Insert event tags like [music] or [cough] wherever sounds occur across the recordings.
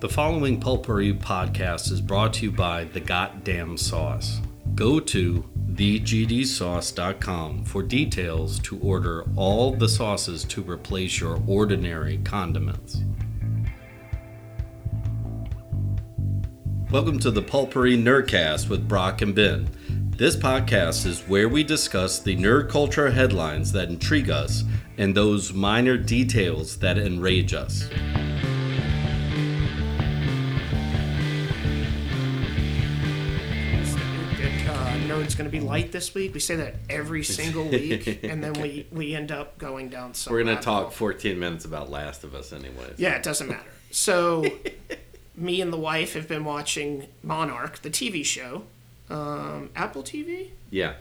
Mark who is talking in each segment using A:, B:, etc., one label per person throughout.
A: The following Pulpery podcast is brought to you by The Goddamn Sauce. Go to thegdsauce.com for details to order all the sauces to replace your ordinary condiments. Welcome to the Pulpery Nerdcast with Brock and Ben. This podcast is where we discuss the nerd culture headlines that intrigue us and those minor details that enrage us.
B: uh, nerd's going to be light this week. We say that
A: [laughs]
B: every single week, and then we we end up going down. Some
A: We're going to
B: rabbit hole.
A: talk 14 minutes about Last of Us, anyways.
B: Yeah, it doesn't matter. So, me and the wife have been watching Monarch, the TV show, um, Apple TV,
A: Yeah.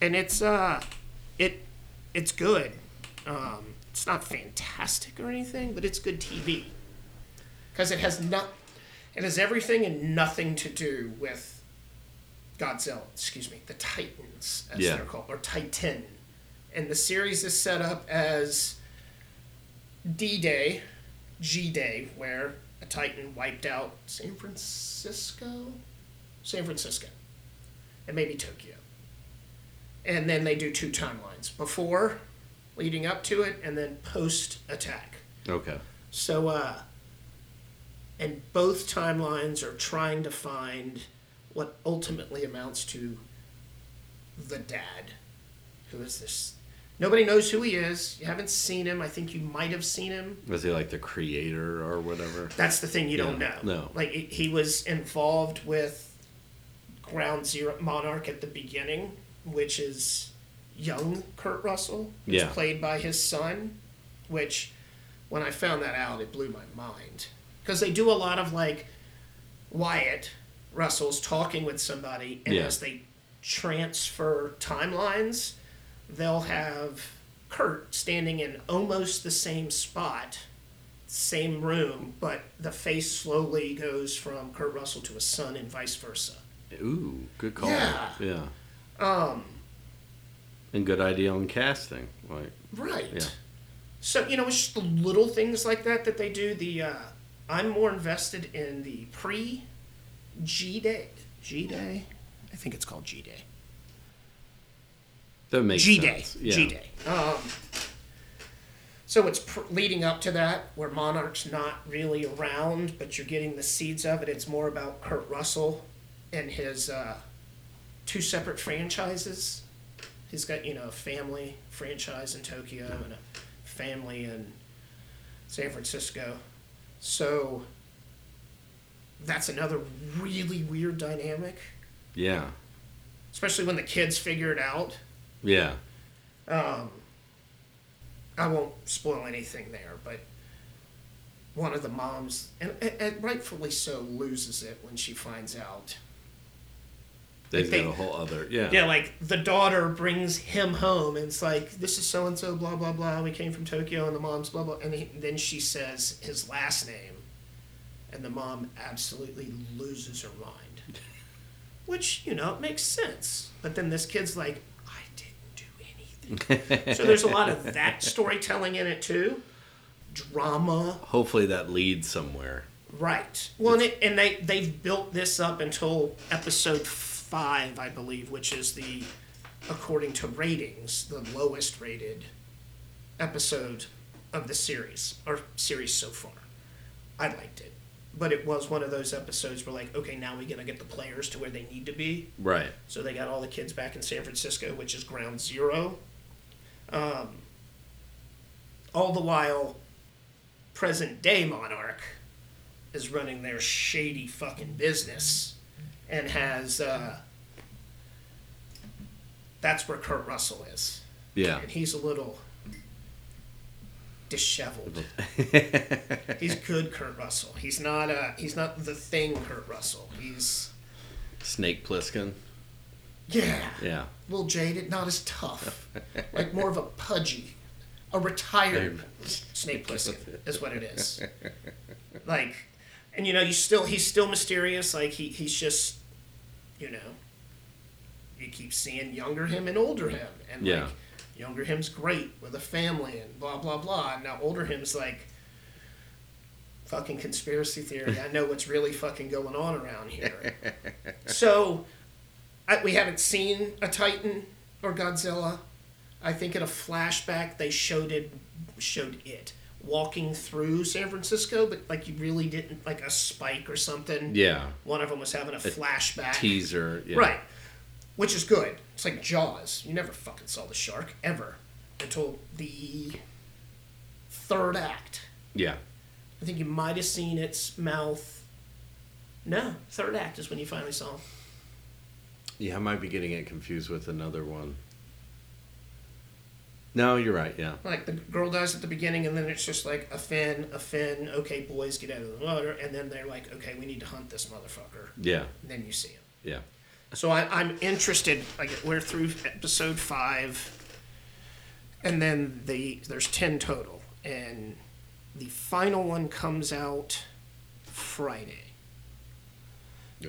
B: and it's uh, it it's good. Um, it's not fantastic or anything, but it's good TV because it has not it has everything and nothing to do with. Godzilla, excuse me, the Titans, as
A: Yeah.
B: they're called, or Titan. And the series is set up as D Day, G Day, where a Titan wiped out San Francisco? San Francisco. And maybe Tokyo. And then they do two timelines before, leading up to it, and then post attack.
A: Okay.
B: So, uh, and both timelines are trying to find what ultimately amounts to the dad. Who is this? Nobody knows who he is. You haven't seen him. I think you might have seen him.
A: Was he like the creator or whatever?
B: That's the thing you don't know.
A: Yeah, no.
B: Like, he- he was involved with Ground Zero Monarch at the beginning, which is young Kurt Russell. who's
A: Yeah.
B: played by his son, which when I found that out, it blew my mind. Because they do a lot of like Wyatt Russell's talking with somebody, and
A: Yeah.
B: as they transfer timelines, they'll have Kurt standing in almost the same spot, same room, but the face slowly goes from Kurt Russell to his son and vice versa.
A: Ooh, good call.
B: Yeah.
A: Um. And good idea on casting. Like,
B: Right.
A: Yeah.
B: So you know, it's just the little things like that that they do. The uh, I'm more invested in the pre G day. G day. I think it's called G day.
A: that makes
B: G day.
A: sense. Yeah.
B: G day. Um, so it's pr- leading up to that where Monarch's not really around, but you're getting the seeds of it. It's more about Kurt Russell and his uh, two separate franchises. He's got you know a family franchise in Tokyo and a family in San Francisco. So that's another really weird dynamic,
A: Yeah.
B: especially when the kids figure it out.
A: Yeah.
B: I won't spoil anything there, but one of the moms, and, and rightfully so, loses it when she finds out.
A: They've
B: they-
A: got a whole other. Yeah.
B: Yeah, like the daughter brings him home, and it's like, this is so and so, blah, blah, blah. We came from Tokyo, and the mom's blah, blah. And he, then she says his last name, and the mom absolutely loses her mind. Which, you know, it makes sense. But then this kid's like, I didn't do anything. so there's a lot of that storytelling in it, too. Drama.
A: Hopefully that leads somewhere.
B: Right. Well, and, it, and they they've built this up until episode five, I believe, which is the according to ratings the lowest rated episode of the series or series so far. I liked it, but it was one of those episodes where like, okay, now we gotta get the players to where they need to be.
A: Right.
B: So they got all the kids back in San Francisco, which is ground zero. Um, all the while, present day Monarch is running their shady fucking business and has. Uh, that's where Kurt Russell is.
A: Yeah.
B: And he's a little disheveled. he's good Kurt Russell. He's not uh he's not the thing Kurt Russell. He's
A: Snake Plissken.
B: yeah.
A: Yeah.
B: A little jaded, not as tough, like more of a pudgy, a retired Snake Plissken is what it is. Like, and you know, you still he's still mysterious. Like he he's just, you know, you keep seeing younger him and older him, and
A: Yeah.
B: like younger him's great with a family and blah blah blah. And now older him's like fucking conspiracy theory. I know what's really fucking going on around here. so, I, we haven't seen a Titan or Godzilla. I think in a flashback they showed it, showed it walking through San Francisco, but like you really didn't like a spike or something.
A: Yeah.
B: One of them was having a, flashback.
A: Teaser. Yeah.
B: Right. Which is good. It's like Jaws. You never fucking saw the shark ever until the third act.
A: Yeah.
B: I think you might have seen its mouth. No, third act is when you finally saw him.
A: Yeah, I might be getting it confused with another one. No, you're right. Yeah.
B: Like the girl dies at the beginning, and then it's just like a fin, a fin. Okay, boys, get out of the water, and then they're like, okay, we need to hunt this motherfucker.
A: Yeah.
B: And then you see him.
A: Yeah.
B: So I, I'm interested. Like we're through episode five, and then the there's ten total, and the final one comes out Friday.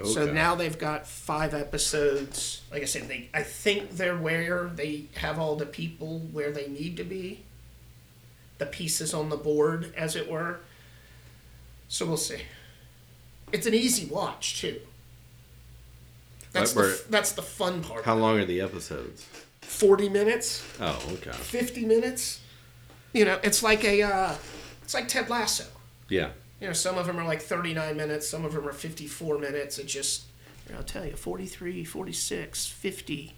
B: So
A: Okay.
B: now they've got five episodes. Like I said, they I think they're where they have all the people where they need to be. The pieces on the board, as it were. So we'll see. It's an easy watch too. That's
A: Right,
B: the,
A: where-
B: f- that's the fun part.
A: How long are the episodes?
B: Forty minutes,
A: Oh, okay.
B: fifty minutes. You know, it's like a uh, it's like Ted Lasso.
A: Yeah.
B: You know, some of them are like 39 minutes, some of them are 54 minutes. It just, you know, I'll tell you, 43, 46, 50,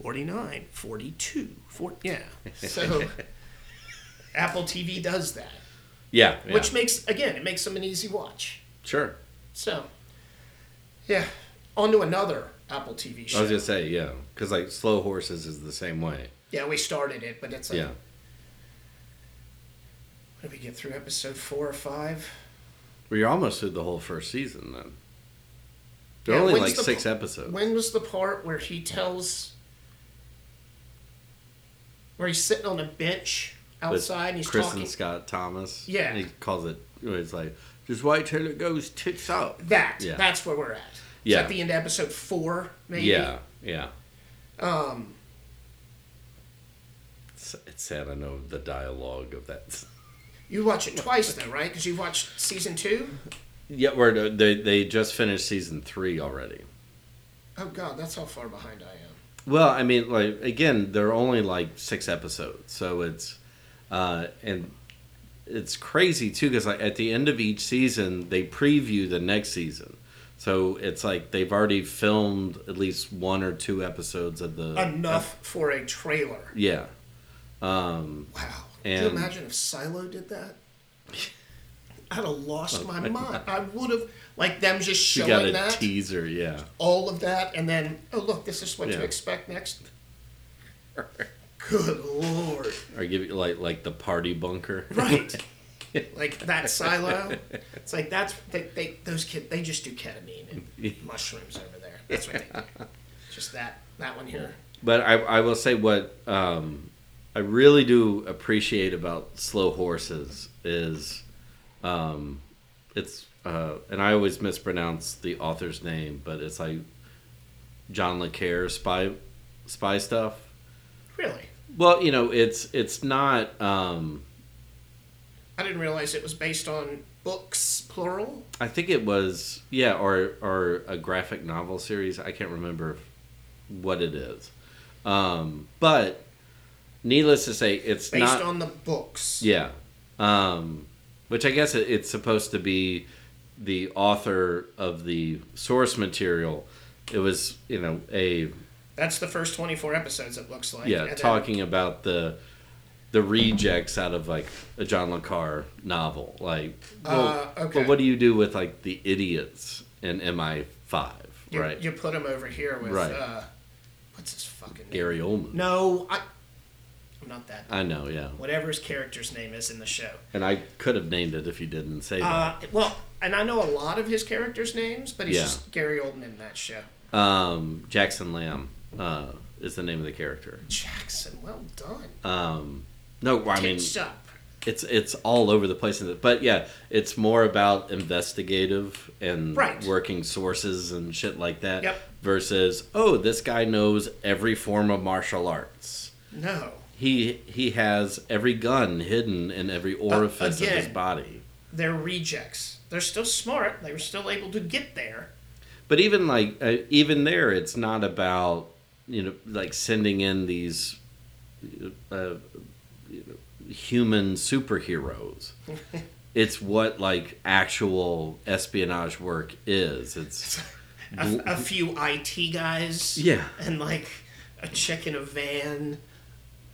B: 49, 42, 40,
A: [laughs]
B: yeah. So Apple TV does that,
A: Yeah. yeah.
B: which makes, again, it makes them an easy watch.
A: sure.
B: So, yeah, on to another Apple TV
A: I
B: show.
A: was gonna say yeah, because like slow horses is the same way.
B: yeah, we started it, but it's like,
A: Yeah.
B: did we get through episode four or five?
A: Well, you're almost through the whole first season then. There
B: Yeah,
A: are only
B: when's
A: like
B: the
A: six
B: po-
A: episodes.
B: When was the part where he tells where he's sitting on a bench
A: with
B: outside and he's
A: Kristen
B: talking
A: Scott Thomas.
B: Yeah.
A: He calls it. It's like just wait till it goes tits up.
B: that
A: Yeah.
B: that's where we're at. It's
A: Yeah.
B: at the end of episode four, maybe. Um,
A: Yeah. Yeah. Um. It's, it's sad. I know the dialogue of that.
B: You watch it twice though, right? Because you watched season two.
A: Yeah, where they they just finished season three already.
B: Oh god, that's how far behind I am.
A: Well, I mean, like again, there are only like six episodes, so it's uh, and it's crazy too because like at the end of each season, they preview the next season. So it's like they've already filmed at least one or two episodes of the
B: Enough for a trailer.
A: yeah,
B: Wow. Can
A: And-
B: you imagine if Silo did that?
A: [laughs]
B: I'd have lost my mind. I would have like them just
A: Oh, you
B: showing
A: got a
B: that.
A: teaser, yeah,
B: all of that and then oh look this is what to
A: Yeah.
B: expect
A: [laughs]
B: next good lord
A: or give you like like the party bunker,
B: right [laughs] like that silo it's like that's they, they those kid they just do ketamine and mushrooms over there that's what they do just that that one here
A: But I, I will say what um, I really do appreciate about slow horses is um, it's uh, and I always mispronounce the author's name, but it's like John Le Carre spy spy stuff.
B: really
A: Well, you know, it's it's not. Um,
B: i didn't realize it was based on books plural
A: I think it was yeah, or or a graphic novel series. I can't remember what it is, um, but needless to say, it's
B: based
A: not
B: on the books
A: Yeah. Um, which I guess it, it's supposed to be the author of the source material. It was, you know, a
B: that's the first 24 episodes it looks like
A: yeah,
B: And then-
A: talking about the the rejects out of like a John Le Carre novel. Like, well,
B: Uh, okay.
A: well, what do you do with like the idiots in MI five,
B: you,
A: right?
B: you put him over here with
A: Right.
B: uh what's his fucking name
A: Gary Oldman.
B: No, I, I'm not that.
A: I know, yeah,
B: Whatever his character's name is in the show.
A: and I could have named it if you didn't say that.
B: Uh, well, and I know a lot of his characters' names, but he's
A: Yeah.
B: just Gary Oldman in that show.
A: Um, Jackson Lamb uh, is the name of the character.
B: Jackson, well done.
A: Um, no, I mean,
B: Tits up.
A: it's it's all over the place in it. But yeah, it's more about investigative and
B: Right.
A: working sources and shit like that
B: Yep.
A: versus oh, this guy knows every form of martial arts.
B: No,
A: He he has every gun hidden in every orifice of his
B: again.
A: body.
B: they're rejects. They're still smart. They were still able to get there.
A: But even like uh, even there, it's not about you know like sending in these uh, you know, human
B: [laughs]
A: superheroes. it's what like actual espionage work is.
B: [laughs]
A: It's
B: A, a few IT guys.
A: Yeah.
B: And like a chick in a van.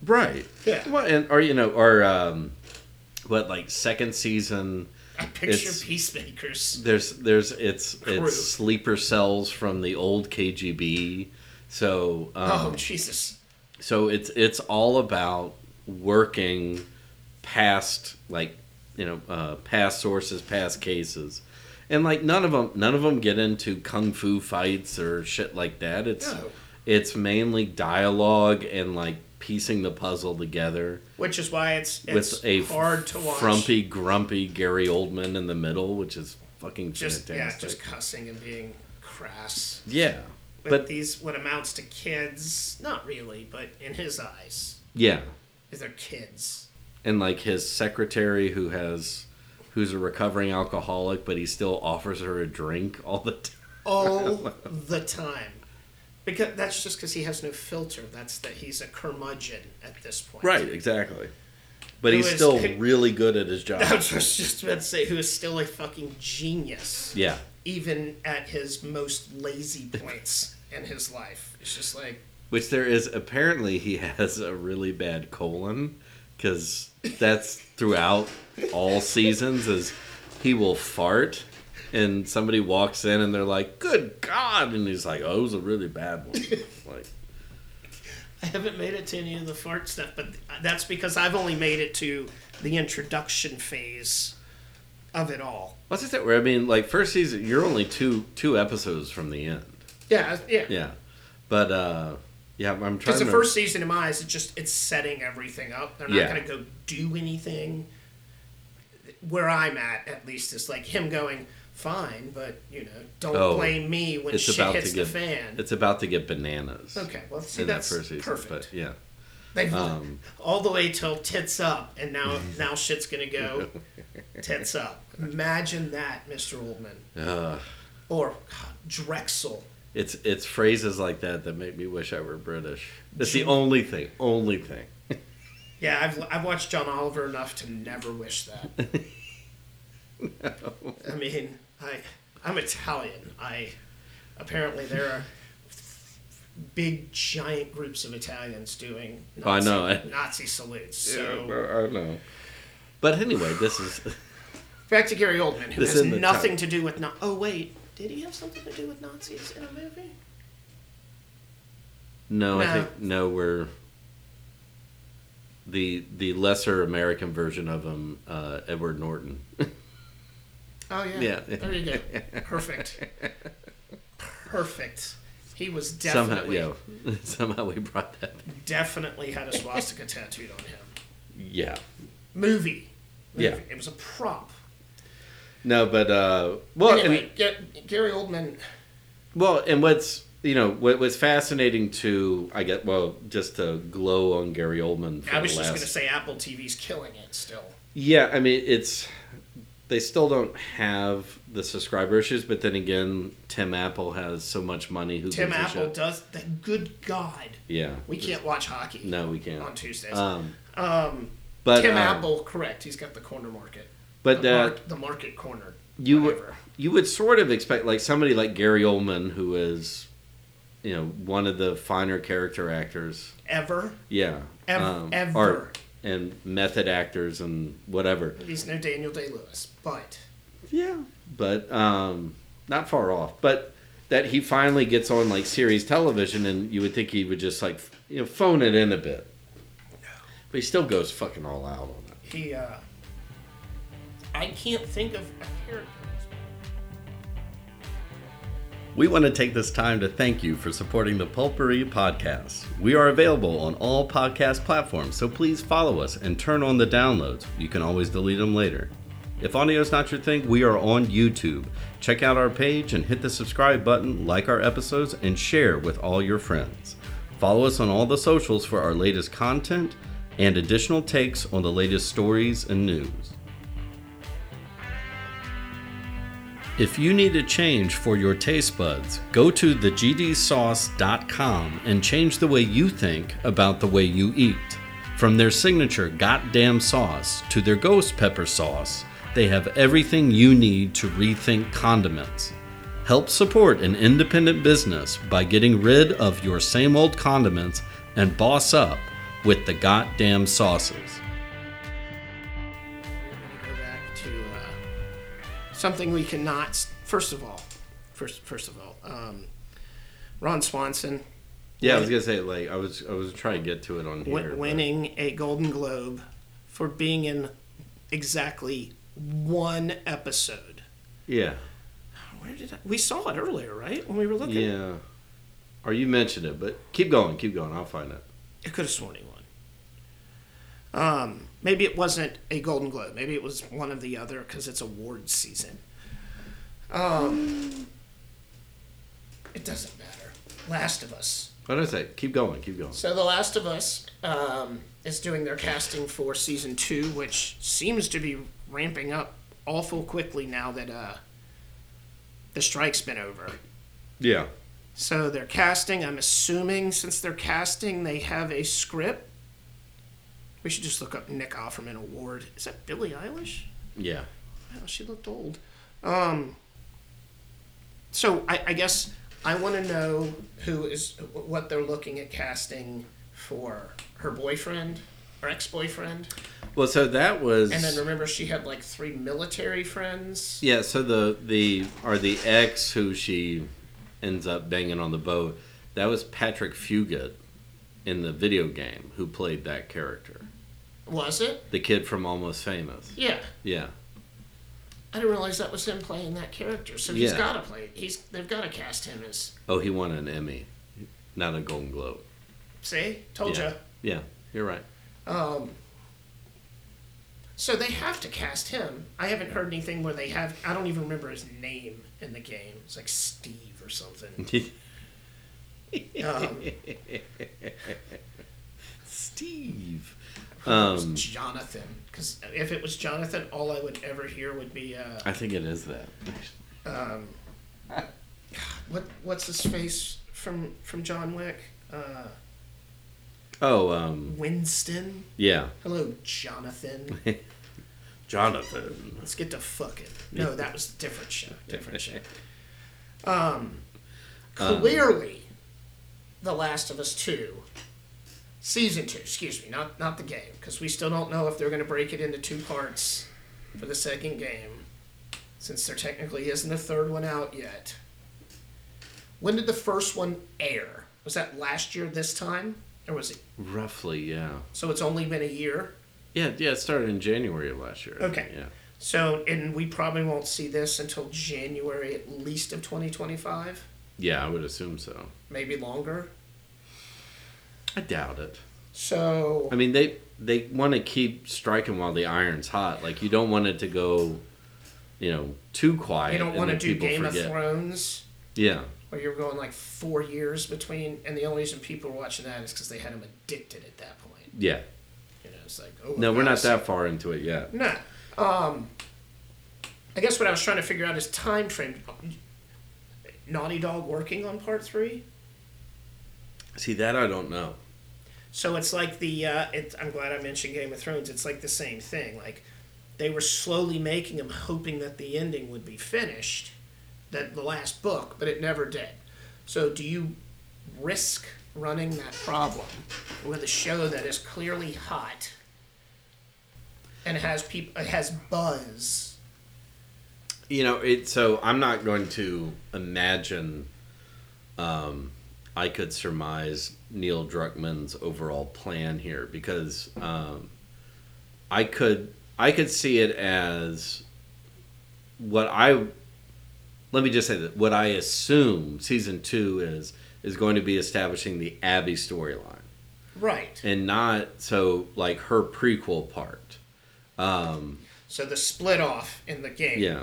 A: right.
B: Yeah.
A: Well, and or you know or um, what like second season.
B: I picture
A: It's-
B: peacemakers.
A: There's there's it's
B: Crew.
A: it's sleeper cells from the old KGB. So um,
B: oh Jesus!
A: so it's it's all about working past like you know uh, past sources past cases and like none of them none of them get into kung fu fights or shit like that it's
B: No.
A: it's mainly dialogue and like piecing the puzzle together
B: Which is why it's it's
A: with a
B: hard to watch.
A: frumpy grumpy gary oldman in the middle which is fucking
B: Just yeah,
A: fantastic
B: just cussing and being crass.
A: yeah
B: With
A: but
B: these what amounts to kids, not really, but in his eyes,
A: yeah
B: they're kids.
A: and like his secretary who has who's a recovering alcoholic but he still offers her a drink all the
B: [laughs]
A: time
B: all
A: [laughs]
B: the time. Because that's just because he has no filter. That's that he's a curmudgeon at this point.
A: exactly but
B: Who
A: he's
B: is-
A: still really good at his job
B: [laughs] I was just about to say who is still a fucking genius.
A: yeah
B: Even at his most lazy points in his life, it's just like
A: which there is apparently he has a really bad colon because that's throughout all seasons is he will fart and somebody walks in and they're like good god and he's like oh it was a really bad one like
B: I [laughs] haven't made it to any of the fart stuff, but that's because I've only made it to the introduction phase of it all.
A: what's it that where i mean like first season you're only two two episodes from the end
B: Yeah, yeah.
A: Yeah, but uh, yeah, I'm trying.
B: Because
A: to
B: the
A: remember-
B: first season of my eyes, it's just it's setting everything up. They're not
A: Yeah.
B: gonna go do anything. Where I'm at, at least, is like him going, "Fine, but you know, don't
A: Oh,
B: blame me when
A: it's
B: shit
A: about
B: hits
A: to
B: the
A: get
B: fan."
A: it's about to get bananas.
B: okay, well, see,
A: in
B: that's
A: that first season,
B: perfect.
A: but yeah,
B: They've
A: um,
B: [laughs] all the way till tits up,
A: [laughs]
B: and now now shit's gonna go tits up. Imagine that, Mr. Oldman,
A: Ugh.
B: or God, Drexel.
A: it's it's phrases like that that make me wish I were British. It's the only thing, only thing.
B: Yeah, I've I've watched John Oliver enough to never wish that.
A: [laughs]
B: I mean, I I'm Italian. I apparently there are big giant groups of Italians doing
A: Oh, I
B: Nazi,
A: know, eh?
B: Nazi salutes. So
A: I know. But anyway, this is [laughs]
B: back to Gary Oldman, who
A: This
B: has
A: in the
B: nothing
A: top.
B: to do with. Na- oh wait, did he have something to do with Nazis in a movie?
A: no, I
B: No.
A: think no, we're the the lesser American version of him, uh, Edward Norton.
B: Oh yeah.
A: Yeah.
B: There you go. Perfect. Perfect. He was
A: somehow,
B: definitely
A: yeah, [laughs] somehow we brought that.
B: definitely had a swastika tattooed on him.
A: Yeah.
B: movie. movie.
A: Yeah.
B: It was a prop.
A: No, but uh, well, and-
B: Anyway, Ga- Gary Oldman.
A: Well, and what's you know what was fascinating to I get well just to glow on Gary Oldman. For
B: I was
A: the
B: just
A: last,
B: going to say Apple TV's killing it still.
A: Yeah, I mean it's they still don't have the subscriber issues, but then again, Tim Apple has so much money. Who
B: Tim
A: gives a
B: Apple
A: shit?
B: does. The, good God.
A: Yeah,
B: We can't watch hockey.
A: No, we can't.
B: On Tuesdays.
A: Um,
B: Um,
A: but
B: Tim
A: um,
B: Apple, correct. He's got the corner market.
A: But
B: the,
A: uh,
B: mark- the market corner.
A: you would
B: whatever.
A: you would sort of expect like somebody like Gary Oldman, who is you know one of the finer character actors
B: ever.
A: Yeah. Um,
B: Ev- ever.
A: and method actors and whatever.
B: He's no Daniel Day Lewis, but
A: Yeah. But um, not far off. But that he finally gets on like series television, and you would think he would just like you know phone it in a bit. But he still goes fucking all out on it.
B: he. Uh, I can't think of a character.
A: We want to take this time to thank you for supporting the Pulpery Podcast. We are available on all podcast platforms, so please follow us and turn on the downloads. You can always delete them later. If audio's not your thing, we are on YouTube. Check out our page and hit the subscribe button, like our episodes, and share with all your friends. Follow us on all the socials for our latest content and additional takes on the latest stories and news. If you need a change for your taste buds, go to thegdsauce.com and change the way you think about the way you eat. From their signature goddamn sauce to their ghost pepper sauce, they have everything you need to rethink condiments. Help support an independent business by getting rid of your same old condiments and boss up with the goddamn sauces.
B: We're gonna go back to uh, something we cannot. s- First of all, first first of all, um, Ron Swanson
A: Yeah, I was gonna say like I was I was trying to get to it on here.
B: win-
A: but-
B: winning a Golden Globe for being in exactly one episode.
A: Yeah,
B: Where did I, we saw it earlier, right? When we were looking,
A: yeah. Or you mentioned it, but keep going, keep going. I'll find it.
B: I could have sworn he won. Um, maybe it wasn't a Golden Globe. Maybe it was one of the other because it's awards season. Um, it doesn't matter. Last of Us.
A: What did I say? Keep going, keep going.
B: So The Last of Us um, is doing their casting for season two, which seems to be ramping up awful quickly now that uh, the strike's been over.
A: Yeah.
B: So they're casting. I'm assuming since they're casting, they have a script. We should just look up Nick Offerman Award. Is that Billie Eilish?
A: Yeah.
B: Wow, she looked old. Um. So I, I guess I want to know who is what they're looking at casting for her boyfriend or ex-boyfriend,
A: Well, so that was
B: and then remember she had like three military friends.
A: yeah. So the the or the ex who she ends up banging on the boat. That was Patrick Fugit in the video game who played that character,
B: Was it?
A: the kid from Almost Famous.
B: Yeah,
A: Yeah.
B: I didn't realize that was him playing that character. So he's
A: Yeah.
B: got to play. He's they've got to cast him as.
A: Oh, he won an Emmy, not a Golden Globe.
B: See, told
A: yeah.
B: you.
A: Yeah, you're right.
B: Um, so they have to cast him. I haven't heard anything where they have. I don't even remember his name in the game. It's like Steve or something. Um,
A: Steve.
B: it
A: Um,
B: was Jonathan. Because if it was Jonathan, all I would ever hear would be uh,
A: I think it is that.
B: what What's his face from from John Wick? Uh,
A: Oh, um,
B: Winston.
A: yeah.
B: Hello, Jonathan.
A: Jonathan.
B: Let's get to fucking. No, that was a different show.
A: [laughs]
B: Different show. Um, clearly, The Last of Us Two, season two. Excuse me, not not the game, because we still don't know if they're going to break it into two parts for the second game, since there technically isn't a third one out yet. When did the first one air? Was that last year this time, or was it?
A: Roughly, yeah.
B: So it's only been a year.
A: Yeah, yeah, it started in January of last year. I think,
B: Okay.
A: Yeah.
B: So, and we probably won't see this until January at least of 2025,
A: Yeah, I would assume so.
B: maybe longer.
A: I doubt it.
B: So,
A: I mean, they they want to keep striking while the iron's hot. Like you don't want it to go, you know, too quiet.
B: you don't
A: and
B: want to
A: then
B: do
A: people
B: Game
A: forget.
B: of Thrones.
A: Yeah.
B: where you're going like four years between, and the only reason people were watching that is because they had them addicted at that point.
A: Yeah.
B: You know, it's like, oh,
A: No,
B: I've
A: we're
B: gotta
A: not
B: see-
A: that far into it yet.
B: No. Um, I guess what I was trying to figure out is time frame. Naughty Dog working on part three,
A: See that I don't know.
B: so it's like the. Uh, it, I'm glad I mentioned Game of Thrones. It's like the same thing. Like they were slowly making them, hoping that the ending would be finished, that the last book, but it never did. So do you risk running that problem with a show that is clearly hot and has people has buzz?
A: you know it so i'm not going to imagine um i could surmise neil druckmann's overall plan here because um i could i could see it as what i let me just say that what i assume season two is is going to be establishing the abby storyline
B: Right.
A: and not so like her prequel part
B: So the split off in the game.
A: yeah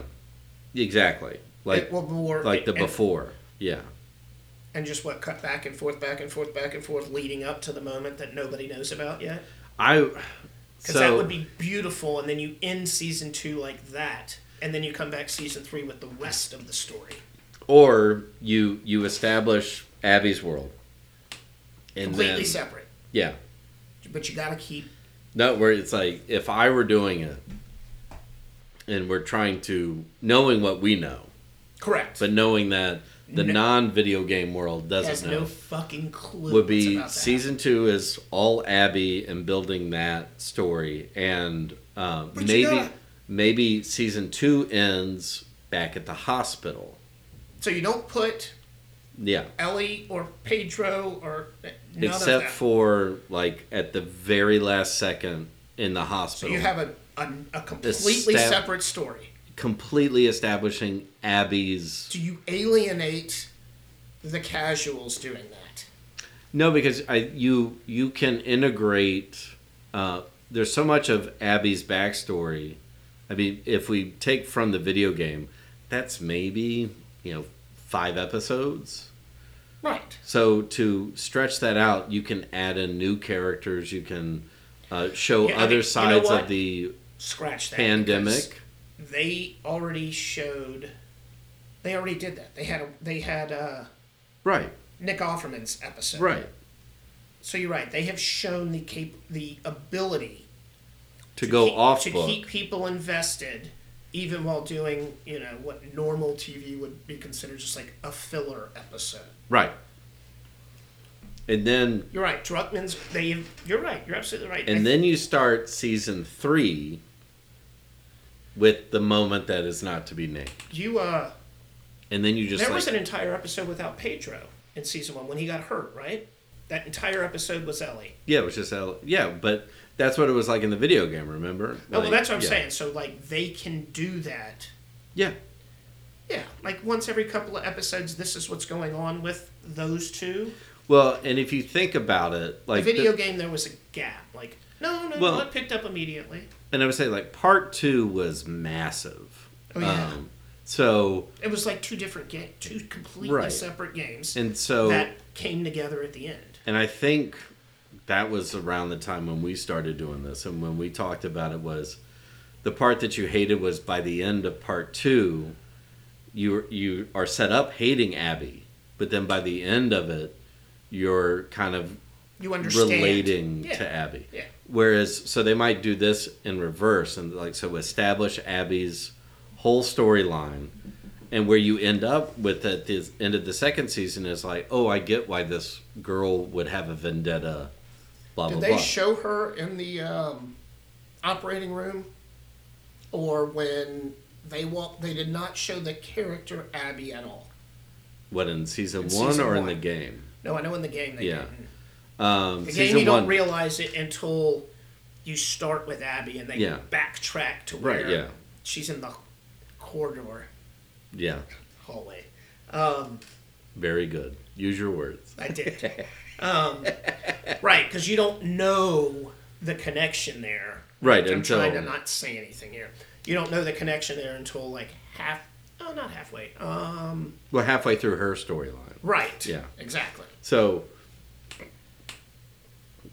A: exactly like
B: it will more
A: like the
B: and-
A: before yeah
B: and just what cut back and forth, back and forth, back and forth, leading up to the moment that nobody knows about yet.
A: I
B: Because
A: so
B: that would be beautiful, and then you end season two like that. and then you come back season three with the rest of the story.
A: Or you you establish Abby's world. And
B: Completely
A: then,
B: separate.
A: Yeah.
B: But you gotta keep
A: No, where it's like if I were doing it and we're trying to knowing what we know,
B: correct.
A: but knowing that the
B: No.
A: non video game world
B: has
A: doesn't know
B: no fucking clue.
A: would
B: what's
A: be
B: about that.
A: season two is all Abby and building that story, and uh,
B: you
A: maybe
B: gotta-
A: maybe season two ends back at the hospital.
B: So you don't put
A: Yeah,
B: Ellie or Pedro or none of
A: except
B: that.
A: for like at the very last second in the
B: so
A: hospital,
B: you have a a, a completely
A: stab-
B: separate story.
A: completely establishing Abby's.
B: Do you alienate the casuals doing that?
A: No, because I you you can integrate. Uh, there's so much of Abby's backstory. I mean, if we take from the video game, that's maybe you know five episodes.
B: Right.
A: So to stretch that out, you can add in new characters. You can uh, show
B: Yeah, I
A: other
B: mean, you know
A: sides
B: what?
A: of the
B: Scratch that. because
A: pandemic.
B: They already showed. They already did that. They had a, they had uh
A: Right,
B: Nick Offerman's episode.
A: right.
B: So you're right. They have shown the cap- the ability
A: To, go
B: keep,
A: off
B: to
A: book.
B: keep people invested, even while doing you know what normal TV would be considered just like a filler episode.
A: Right. And then
B: You're right. Druckman's. They. You're right. You're absolutely right.
A: and
B: I-
A: then you start season three with the moment that is not to be named.
B: you uh.
A: And then you just
B: There
A: like
B: was an entire episode without Pedro in season one when he got hurt, right? That entire episode was Ellie.
A: Yeah, it was just how- yeah, but that's what it was like in the video game, remember?
B: Oh, well,
A: Like,
B: that's what I'm
A: yeah.
B: saying. So, like, they can do that.
A: Yeah.
B: Yeah, like once every couple of episodes, this is what's going on with those two.
A: Well, and if you think about it,
B: The
A: like the-
B: video game, there was a gap. Like, no, no,
A: Well-
B: no, it picked up immediately.
A: and I would say like part two was massive. Um,
B: Oh, yeah.
A: so
B: It was like two different games, two completely
A: Right.
B: separate games
A: and so
B: that came together at the end.
A: and I think that was around the time when we started doing this and when we talked about it was the part that you hated was by the end of part two you you are set up hating Abby, but then by the end of it you're kind of
B: You understand?
A: relating
B: Yeah.
A: to Abby.
B: Yeah.
A: Whereas, so they might do this in reverse and like so establish Abby's whole storyline, and where you end up with at the end of the second season is like, oh, I get why this girl would have a vendetta. Blah
B: Did
A: blah
B: they
A: blah.
B: show her in the um, operating room, or when they walk? They did not show the character Abby at all.
A: what in season
B: In
A: one
B: season
A: or in
B: one.
A: the game?
B: No, I know in the game they
A: Yeah.
B: didn't.
A: Um,
B: The game
A: season
B: you
A: one.
B: don't realize it until you start with Abby and they
A: Yeah.
B: backtrack to where
A: Right, yeah.
B: she's in the corridor
A: yeah,
B: hallway. Um,
A: very good. Use your words.
B: I
A: [laughs]
B: did. um, right, because you don't know the connection there.
A: Right,
B: I'm
A: until-
B: trying to not say anything here. You don't know the connection there until like half. Oh, not halfway. Um,
A: Well, halfway through her storyline.
B: right.
A: Yeah.
B: Exactly.
A: So,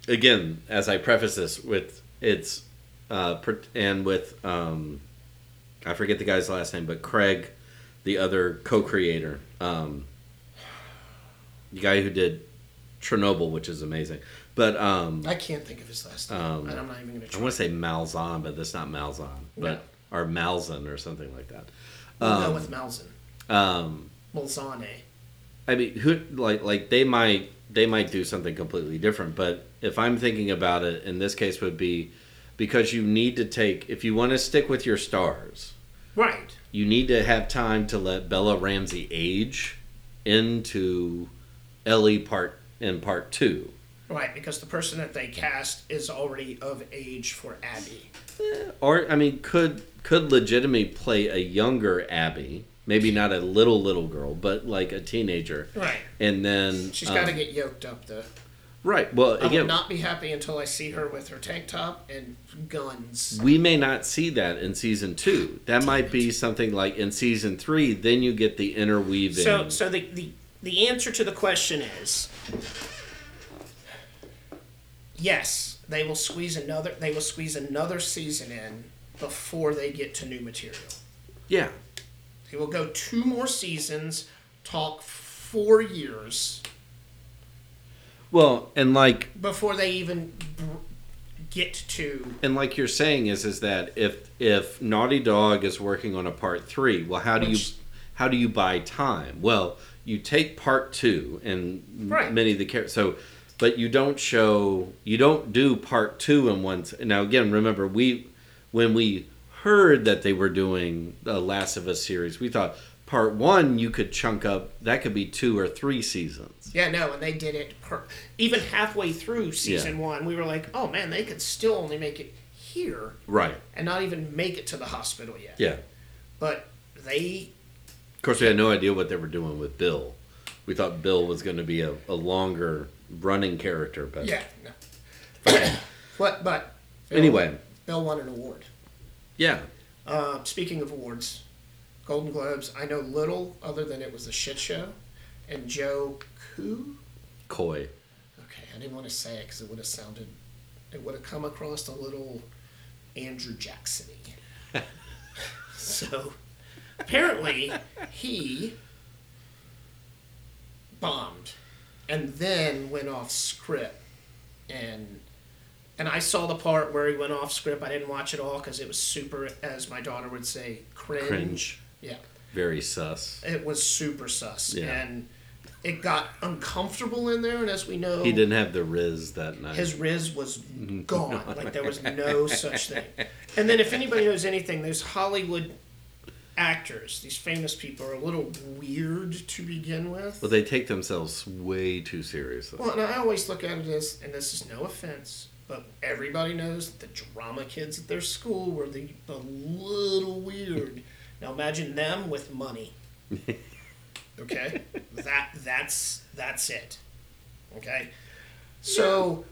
A: again, as I preface this with it's, uh, per- and with, um, I forget the guy's last name, but Craig, the other co creator, um, the guy who did Chernobyl, which is amazing. But um,
B: I can't think of his last name,
A: Um,
B: and I'm not even going to
A: I
B: try.
A: want to say Malzahn, but that's not Malzahn, but, or Malzahn or something like that.
B: We'll go with Malzahn.
A: Um,
B: Malzahn.
A: I mean, who like like they might they might do something completely different, but if I'm thinking about it, in this case would be because you need to take if you want to stick with your stars,
B: Right.
A: you need to have time to let Bella Ramsey age into Ellie part in part two.
B: Right, because the person that they cast is already of age for Abby.
A: Or I mean, could could legitimately play a younger Abby, maybe not a little little girl, but like a teenager,
B: Right.
A: and then
B: She's got to
A: um,
B: get yoked up, though.
A: right. Well,
B: I will
A: again,
B: not be happy until I see her with her tank top and guns.
A: we may not see that in season two. That might be something like in season three. Then you get the interweaving.
B: So, so the, the, the answer to the question is yes, they will squeeze another. They will squeeze another season in before they get to new material.
A: Yeah.
B: He will go two more seasons, talk four years
A: Well, and like
B: before they even br- get to.
A: and like you're saying is is that if if Naughty Dog is working on a part three, well, how do
B: Which-
A: you how do you buy time? Well, you take part two and m-
B: Right.
A: many of the characters. So, but you don't show you don't do part two in one. s- Now again, remember we when we heard that they were doing the Last of Us series, we thought part one you could chunk up that could be two or three seasons.
B: Yeah, no, and they did it per- even halfway through season one. We were like, oh man, they could still only make it here
A: Right.
B: and not even make it to the hospital yet.
A: Yeah.
B: But they
A: Of course, we had no idea what they were doing with Bill. We thought Bill was going to be a, a longer running character, but
B: Yeah. No. [coughs] but but Bill-
A: anyway,
B: Bill won an award.
A: yeah,
B: Uh, speaking of awards, Golden Globes. I know little other than it was a shit show, and Joe Koo.
A: coy.
B: Okay, I didn't want to say it because it would have sounded, it would have come across a little Andrew Jacksony. [laughs] so apparently he bombed and then went off script and and I saw the part where he went off script. I didn't watch it all because it was super, as my daughter would say, cringe.
A: Cringe.
B: Yeah,
A: very sus.
B: it was super sus,
A: Yeah.
B: and it got uncomfortable in there. And as we know,
A: He didn't have the Riz that night.
B: his riz was gone. Like there was no such thing. And then if anybody knows anything, those Hollywood actors, these famous people, are a little weird to begin with.
A: but they take themselves way too seriously.
B: Well, and I always look at it as, and this is no offense, but everybody knows that the drama kids at their school were the, the little weird. Now imagine them with
A: [laughs]
B: money. Okay, that that's that's it. Okay, so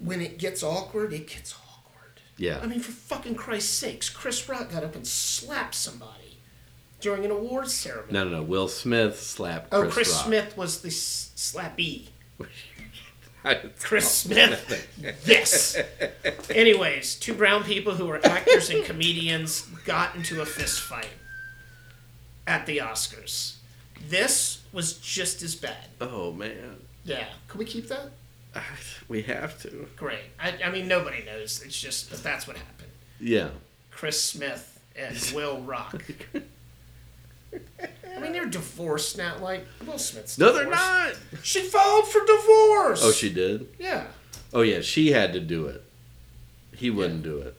B: when it gets awkward, it gets awkward.
A: Yeah.
B: I mean, for fucking Christ's sakes, Chris Rock got up and slapped somebody during an awards ceremony.
A: no, no, no. Will Smith slapped
B: oh,
A: Chris,
B: Chris
A: Rock.
B: Smith was the s- slappee.
A: Smith.
B: Chris Smith. Yes. Anyways, two brown people who are actors and comedians got into a fist fight at the Oscars. This was just as bad.
A: oh man, [laughs]
B: Yeah. Can we keep that?
A: we have to.
B: Great. I, I mean, nobody knows. It's just that that's what happened.
A: Yeah,
B: Chris Smith and Will Rock. I mean, they're divorced now. Like Will Smith's.
A: no, they're
B: divorced.
A: not.
B: She filed for divorce.
A: Oh, she did.
B: Yeah.
A: Oh yeah, she had to do it. He wouldn't do it.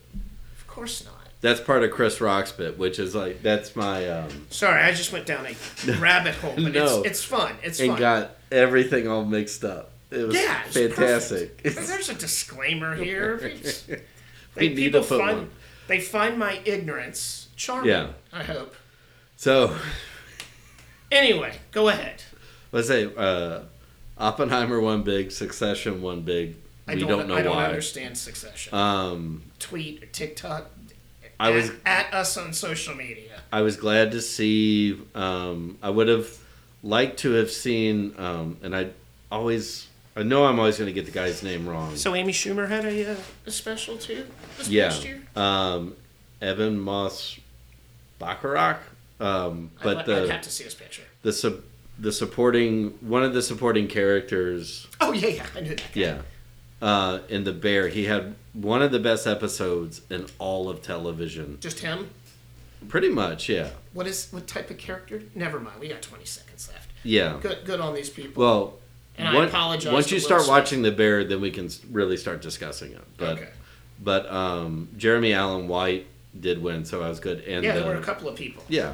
B: Of course not.
A: That's part of Chris Rock's bit, which is like that's my um,
B: Sorry, I just went down
A: [laughs]
B: a rabbit hole, but
A: No.
B: it's, it's fun. It's
A: and
B: fun.
A: got everything all mixed up. It was
B: yeah, it's [laughs]
A: fantastic.
B: perfect. There's a
A: [laughs]
B: disclaimer here. They-
A: We need
B: people
A: to put
B: find,
A: one.
B: They find my ignorance charming.
A: Yeah.
B: I hope.
A: [laughs] so
B: Anyway, go ahead.
A: let's say uh, Oppenheimer one big, Succession one big.
B: I
A: we
B: don't,
A: don't, know
B: I don't
A: why.
B: understand Succession.
A: Um,
B: Tweet or TikTok.
A: I
B: at-
A: was
B: at us on social media.
A: I was glad to see. Um, I would have liked to have seen, um, and I always I know I'm always going to get the guy's name wrong.
B: So Amy Schumer had a, uh, a special too this
A: yeah,
B: past year.
A: um, Evan Moss Bacharach. Um, but
B: I'd, li-
A: the
B: I'd have to see his picture.
A: the sub the supporting one of the supporting characters
B: Oh yeah, yeah, I knew that. guy.
A: yeah uh in the bear he had one of the best episodes in all of television
B: Just him.
A: pretty much yeah
B: What is what type of character? Never mind. We got 20 seconds left.
A: yeah
B: Good, good on these people.
A: well
B: And I
A: on-
B: apologize
A: once you
B: to Will
A: start
B: Smith.
A: watching the bear then we can s- really start discussing it but
B: Okay.
A: but um jeremy allen white did win so i was good and
B: yeah,
A: the,
B: there were a couple of people.
A: yeah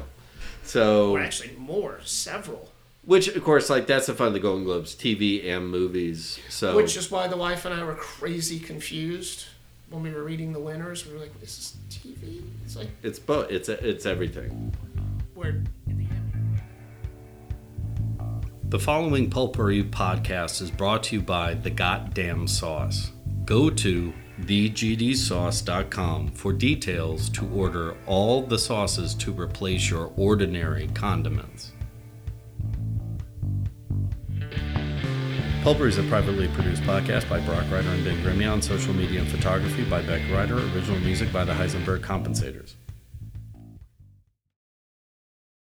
A: so
B: Or actually, more, several.
A: which of course like that's the fun of the golden globes tv and movies so
B: Which uh, is why the wife and I were crazy confused when we were reading the winners. We were like, "This is TV." It's like
A: it's both it's it's everything
B: we're in the end.
A: The following Pulpery podcast is brought to you by The Goddamn Sauce. Go to thegdsauce.com for details to order all the sauces to replace your ordinary condiments. Pulper is a privately produced podcast by Brock Ryder and Ben Grimmie on social media and photography by Beck Ryder, original music by the Heisenberg Compensators.